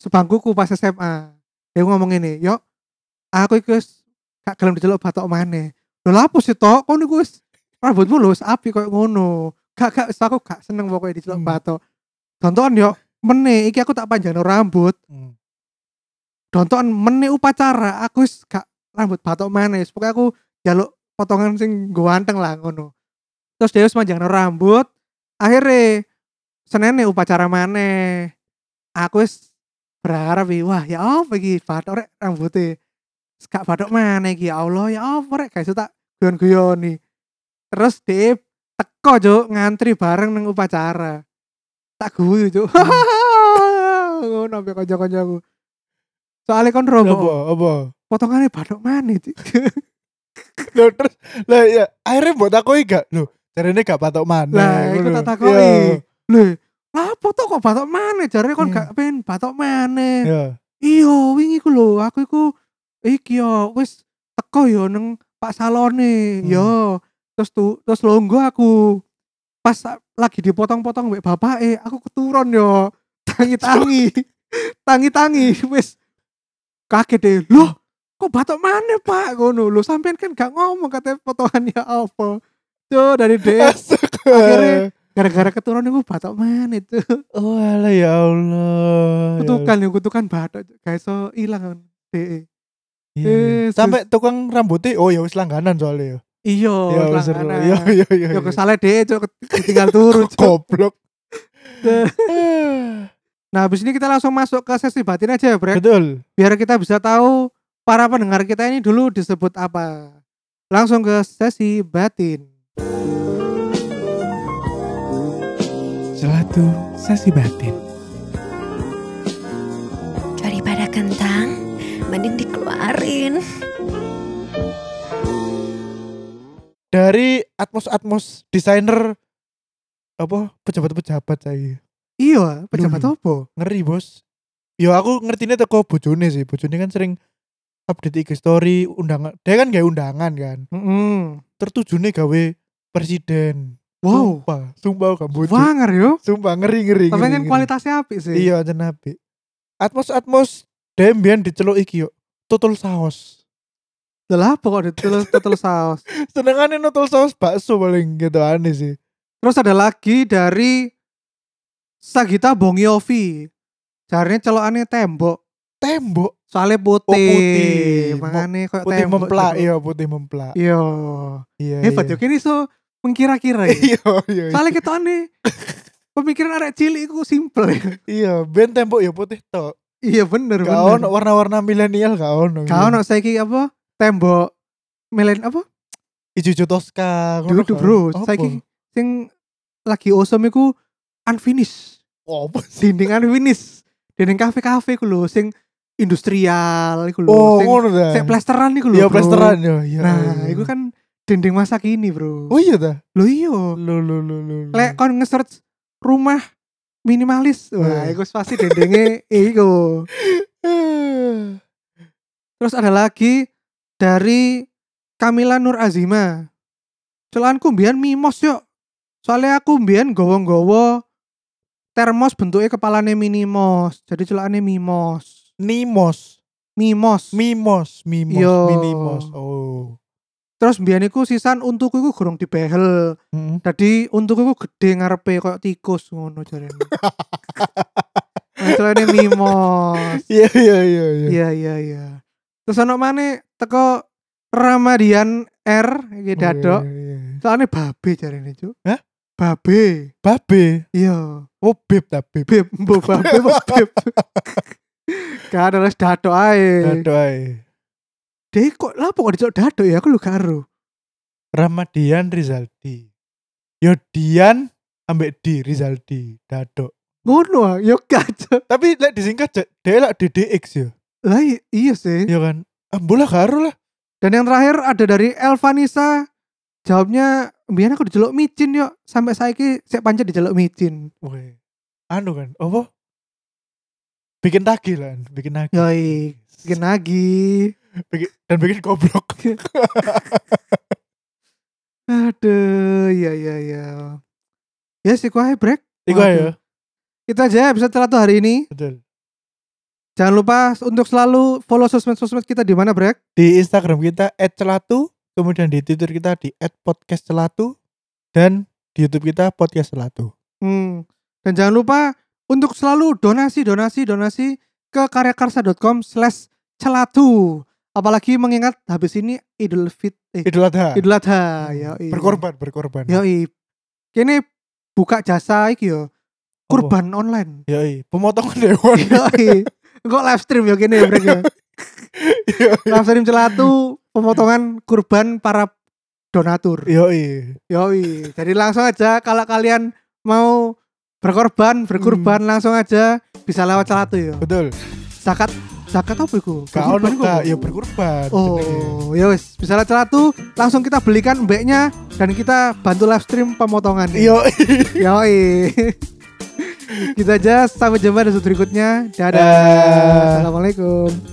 Speaker 1: sebangkuku pas SMA. Dia ngomong ini, yo aku iki wis gak gelem diceluk batok maneh. Lho lapo sih tok kon iku wis rambutmu lho wis apik koyo ngono. Gak gak wis aku gak seneng pokoknya diceluk
Speaker 2: Hmm.
Speaker 1: batok. Donton yo meneh iki aku tak panjano rambut.
Speaker 2: Hmm.
Speaker 1: Donton meneh upacara aku wis gak rambut batok maneh. Wis Pokoknya aku jaluk potongan sing ganteng lah ngono. Terus dia wis manjano rambut. Akhirnya senene upacara maneh. aku wis berharap ya, wah ya apa iki batok rek rambutnya Sekak badok mana iki ya Allah ya apa rek guys tak guyon-guyoni. Terus dia teko juk ngantri bareng nang upacara. Tak guyu juk. Ngono ambek kanca-kancaku. Soale kon
Speaker 2: Apa?
Speaker 1: romo,
Speaker 2: Apa?
Speaker 1: potongane badok mana Cik?
Speaker 2: Loh, terus lah ya akhirnya buat aku gak loh caranya gak patok mana
Speaker 1: Lah, iku
Speaker 2: ngono.
Speaker 1: tak takoni.
Speaker 2: Iya,
Speaker 1: Lho, lah apa tuh kok batok mana? Jarane kon
Speaker 2: Iya.
Speaker 1: gak pengen batok mana?
Speaker 2: iya.
Speaker 1: Iyo, wingi ku lho, aku iku iki yo wis teko yo neng Pak Salone,
Speaker 2: Hmm.
Speaker 1: yo. Terus tu, terus longgo aku pas sa- lagi dipotong-potong mbek bapake, aku keturun yo. Tangi-tangi. Tangi-tangi wis kaget deh. Loh, kok batok mana, Pak? Ngono lho, sampean kan gak ngomong katanya potongannya apa. Tuh dari deh Akhirnya- gara-gara keturun iku batok mana itu.
Speaker 2: oh alah ya Allah ya
Speaker 1: kutukan ya kutukan batok gak iso ilang E. DE
Speaker 2: Iya,
Speaker 1: Eh,
Speaker 2: iya. sampai tukang rambutnya oh ya wis langganan soalnya ya
Speaker 1: iya
Speaker 2: ya wis seru ya
Speaker 1: langganan.
Speaker 2: ya ya
Speaker 1: yo E,
Speaker 2: ya.
Speaker 1: kesale DE cok tinggal turu cok
Speaker 2: goblok
Speaker 1: nah habis ini kita langsung masuk ke sesi batin aja ya Brek
Speaker 2: betul
Speaker 1: biar kita bisa tahu para pendengar kita ini dulu disebut apa langsung ke sesi batin
Speaker 2: selatu sasi batin
Speaker 3: Daripada kentang, mending dikeluarin.
Speaker 2: dari atmos atmos desainer apa pejabat-pejabat saya
Speaker 1: iya pejabat
Speaker 2: Dulu.
Speaker 1: apa
Speaker 2: ngeri bos ya aku ngertinya teko bojone sih bojone kan sering update IG story undangan dia kan gak undangan kan
Speaker 1: Mm-mm.
Speaker 2: tertujune gawe presiden
Speaker 1: wow
Speaker 2: sumpah sumpah gak bojo
Speaker 1: wanger yo
Speaker 2: sumpah ngeri ngeri
Speaker 1: tapi
Speaker 2: ngeri,
Speaker 1: kan
Speaker 2: ngeri.
Speaker 1: kualitasnya apik sih
Speaker 2: iya aja nabi atmos atmos dembian diceluk iki yuk total saus
Speaker 1: lah pokoknya total total saus
Speaker 2: senengannya total saus bakso paling gitu aneh sih
Speaker 1: Terus ada lagi dari Sagita Bongiovi. Jarine celokane tembok,
Speaker 2: tembok
Speaker 1: soalnya
Speaker 2: Oh,
Speaker 1: putih.
Speaker 2: putih.
Speaker 1: Mangane koyo
Speaker 2: putih
Speaker 1: tembok.
Speaker 2: memplak
Speaker 1: Cuk.
Speaker 2: iya putih memplak
Speaker 1: Iya.
Speaker 2: iya
Speaker 1: Hebat ya,
Speaker 2: iya.
Speaker 1: yo kene iso mengkira-kira. ya.
Speaker 2: iya iya iya.
Speaker 1: Soalnya ketone pemikiran arek cilik iku simple. ya.
Speaker 2: iya ben tembok ya putih tok
Speaker 1: Iya bener
Speaker 2: gak
Speaker 1: bener.
Speaker 2: ono warna-warna milenial gak ono
Speaker 1: Gak ono saiki apa? Tembok melen apa?
Speaker 2: ijo-ijo toska ngono
Speaker 1: Duduk
Speaker 2: gak
Speaker 1: bro,
Speaker 2: ono. Apa?
Speaker 1: saiki sing lagi awesome iku unfinished.
Speaker 2: apa sih
Speaker 1: dinding unfinished. Dinding kafe-kafe iku lho sing industrial iku lho.
Speaker 2: oh
Speaker 1: sing
Speaker 2: ngono dah
Speaker 1: Sek plesteran iku lho.
Speaker 2: iya
Speaker 1: Bro.
Speaker 2: plesteran ya iya
Speaker 1: Nah, iku kan dinding masa kini, Bro.
Speaker 2: oh iya dah
Speaker 1: Lho iya.
Speaker 2: lo lo lo lo lo.
Speaker 1: Lek kon nge-search rumah minimalis, wah
Speaker 2: Eh.
Speaker 1: iku pasti dindingnya iku.
Speaker 2: Eh.
Speaker 1: Terus ada lagi dari Kamila Nur Azima. Celaanku mbiyen mimos yuk. Soalnya aku mbiyen gowo-gowo termos bentuknya kepalanya minimos. Jadi celakane mimos.
Speaker 2: Nimos,
Speaker 1: Mimos.
Speaker 2: Mimos, Mimos,
Speaker 1: Yo.
Speaker 2: Minimos. Oh.
Speaker 1: Terus mbiyen iku sisan untukku iku gorong dibehel.
Speaker 2: Mm.
Speaker 1: Tadi untuk aku gede ngarepe koyo tikus ngono jarene. Masalahnya mimos.
Speaker 2: Iya iya iya iya.
Speaker 1: Iya iya iya. Terus ono maneh teko Ramadian R iki dadok.
Speaker 2: Iya, iya, iya.
Speaker 1: Soalnya babe jarene, Cuk.
Speaker 2: Hah?
Speaker 1: Babe.
Speaker 2: Babe.
Speaker 1: Iya.
Speaker 2: Oh, beb ta beb.
Speaker 1: Beb, mbok babe mbok beb. Gak ada les dadok ae.
Speaker 2: Dadok ae.
Speaker 1: Dek kok lapo kok dicok dadok ya aku lu gak ero.
Speaker 2: Ramadian Rizaldi. Yo Dian ambek di Rizaldi dadok.
Speaker 1: Ngono ah, yo gak. Cuk.
Speaker 2: Tapi lek disingkat Cek, dia lek DDX yo.
Speaker 1: Lah i- iya sih.
Speaker 2: Iya kan? Ambulah karo lah.
Speaker 1: Dan yang terakhir ada dari Elvanisa. Jawabnya biar aku dijeluk micin yuk sampai saiki saya pancet dijeluk micin.
Speaker 2: Weh. Anu kan, apa? Bikin tagih lah, bikin tagih.
Speaker 1: Yoi, bikin lagi.
Speaker 2: Bikin- dan bikin goblok.
Speaker 1: Aduh, ya ya ya. Ya sih kuah break.
Speaker 2: Iku ae
Speaker 1: Waduh.
Speaker 2: ya.
Speaker 1: Itu aja episode celatu hari ini.
Speaker 2: Betul.
Speaker 1: Jangan lupa untuk selalu follow sosmed-sosmed kita di mana break.
Speaker 2: di Instagram kita @celatu, kemudian di Twitter kita di @podcastcelatu dan di YouTube kita podcast celatu.
Speaker 1: Hmm. Dan jangan lupa untuk selalu donasi, donasi, donasi ke karyakarsa.com slash celatu. Apalagi mengingat habis ini Idul Fit eh,
Speaker 2: Idul Adha. Hmm.
Speaker 1: Idul Adha ya.
Speaker 2: Berkorban, berkorban.
Speaker 1: Ya Kene buka jasa iki yo. Kurban online.
Speaker 2: Yoi, iya. pemotongan hewan.
Speaker 1: iya. Yo Engko live stream yo kene ya Brek, ya.
Speaker 2: iya.
Speaker 1: Rafsarim Celatu pemotongan kurban para donatur.
Speaker 2: Yo iya.
Speaker 1: Yoi, jadi langsung aja kalau kalian mau berkorban, berkurban langsung aja bisa lewat celatu ya.
Speaker 2: Betul.
Speaker 1: Zakat, zakat apa itu?
Speaker 2: Kau
Speaker 1: Berkurban iku
Speaker 2: nggak
Speaker 1: apa?
Speaker 2: ya berkurban. jenenge.
Speaker 1: Oh, ya wis, bisa lewat celatu, langsung kita belikan mbeknya dan kita bantu live stream pemotongan.
Speaker 2: Yo.
Speaker 1: Yoi. Gitu Kita aja sampai jumpa di episode berikutnya. Dadah.
Speaker 2: Dah.
Speaker 1: Assalamualaikum.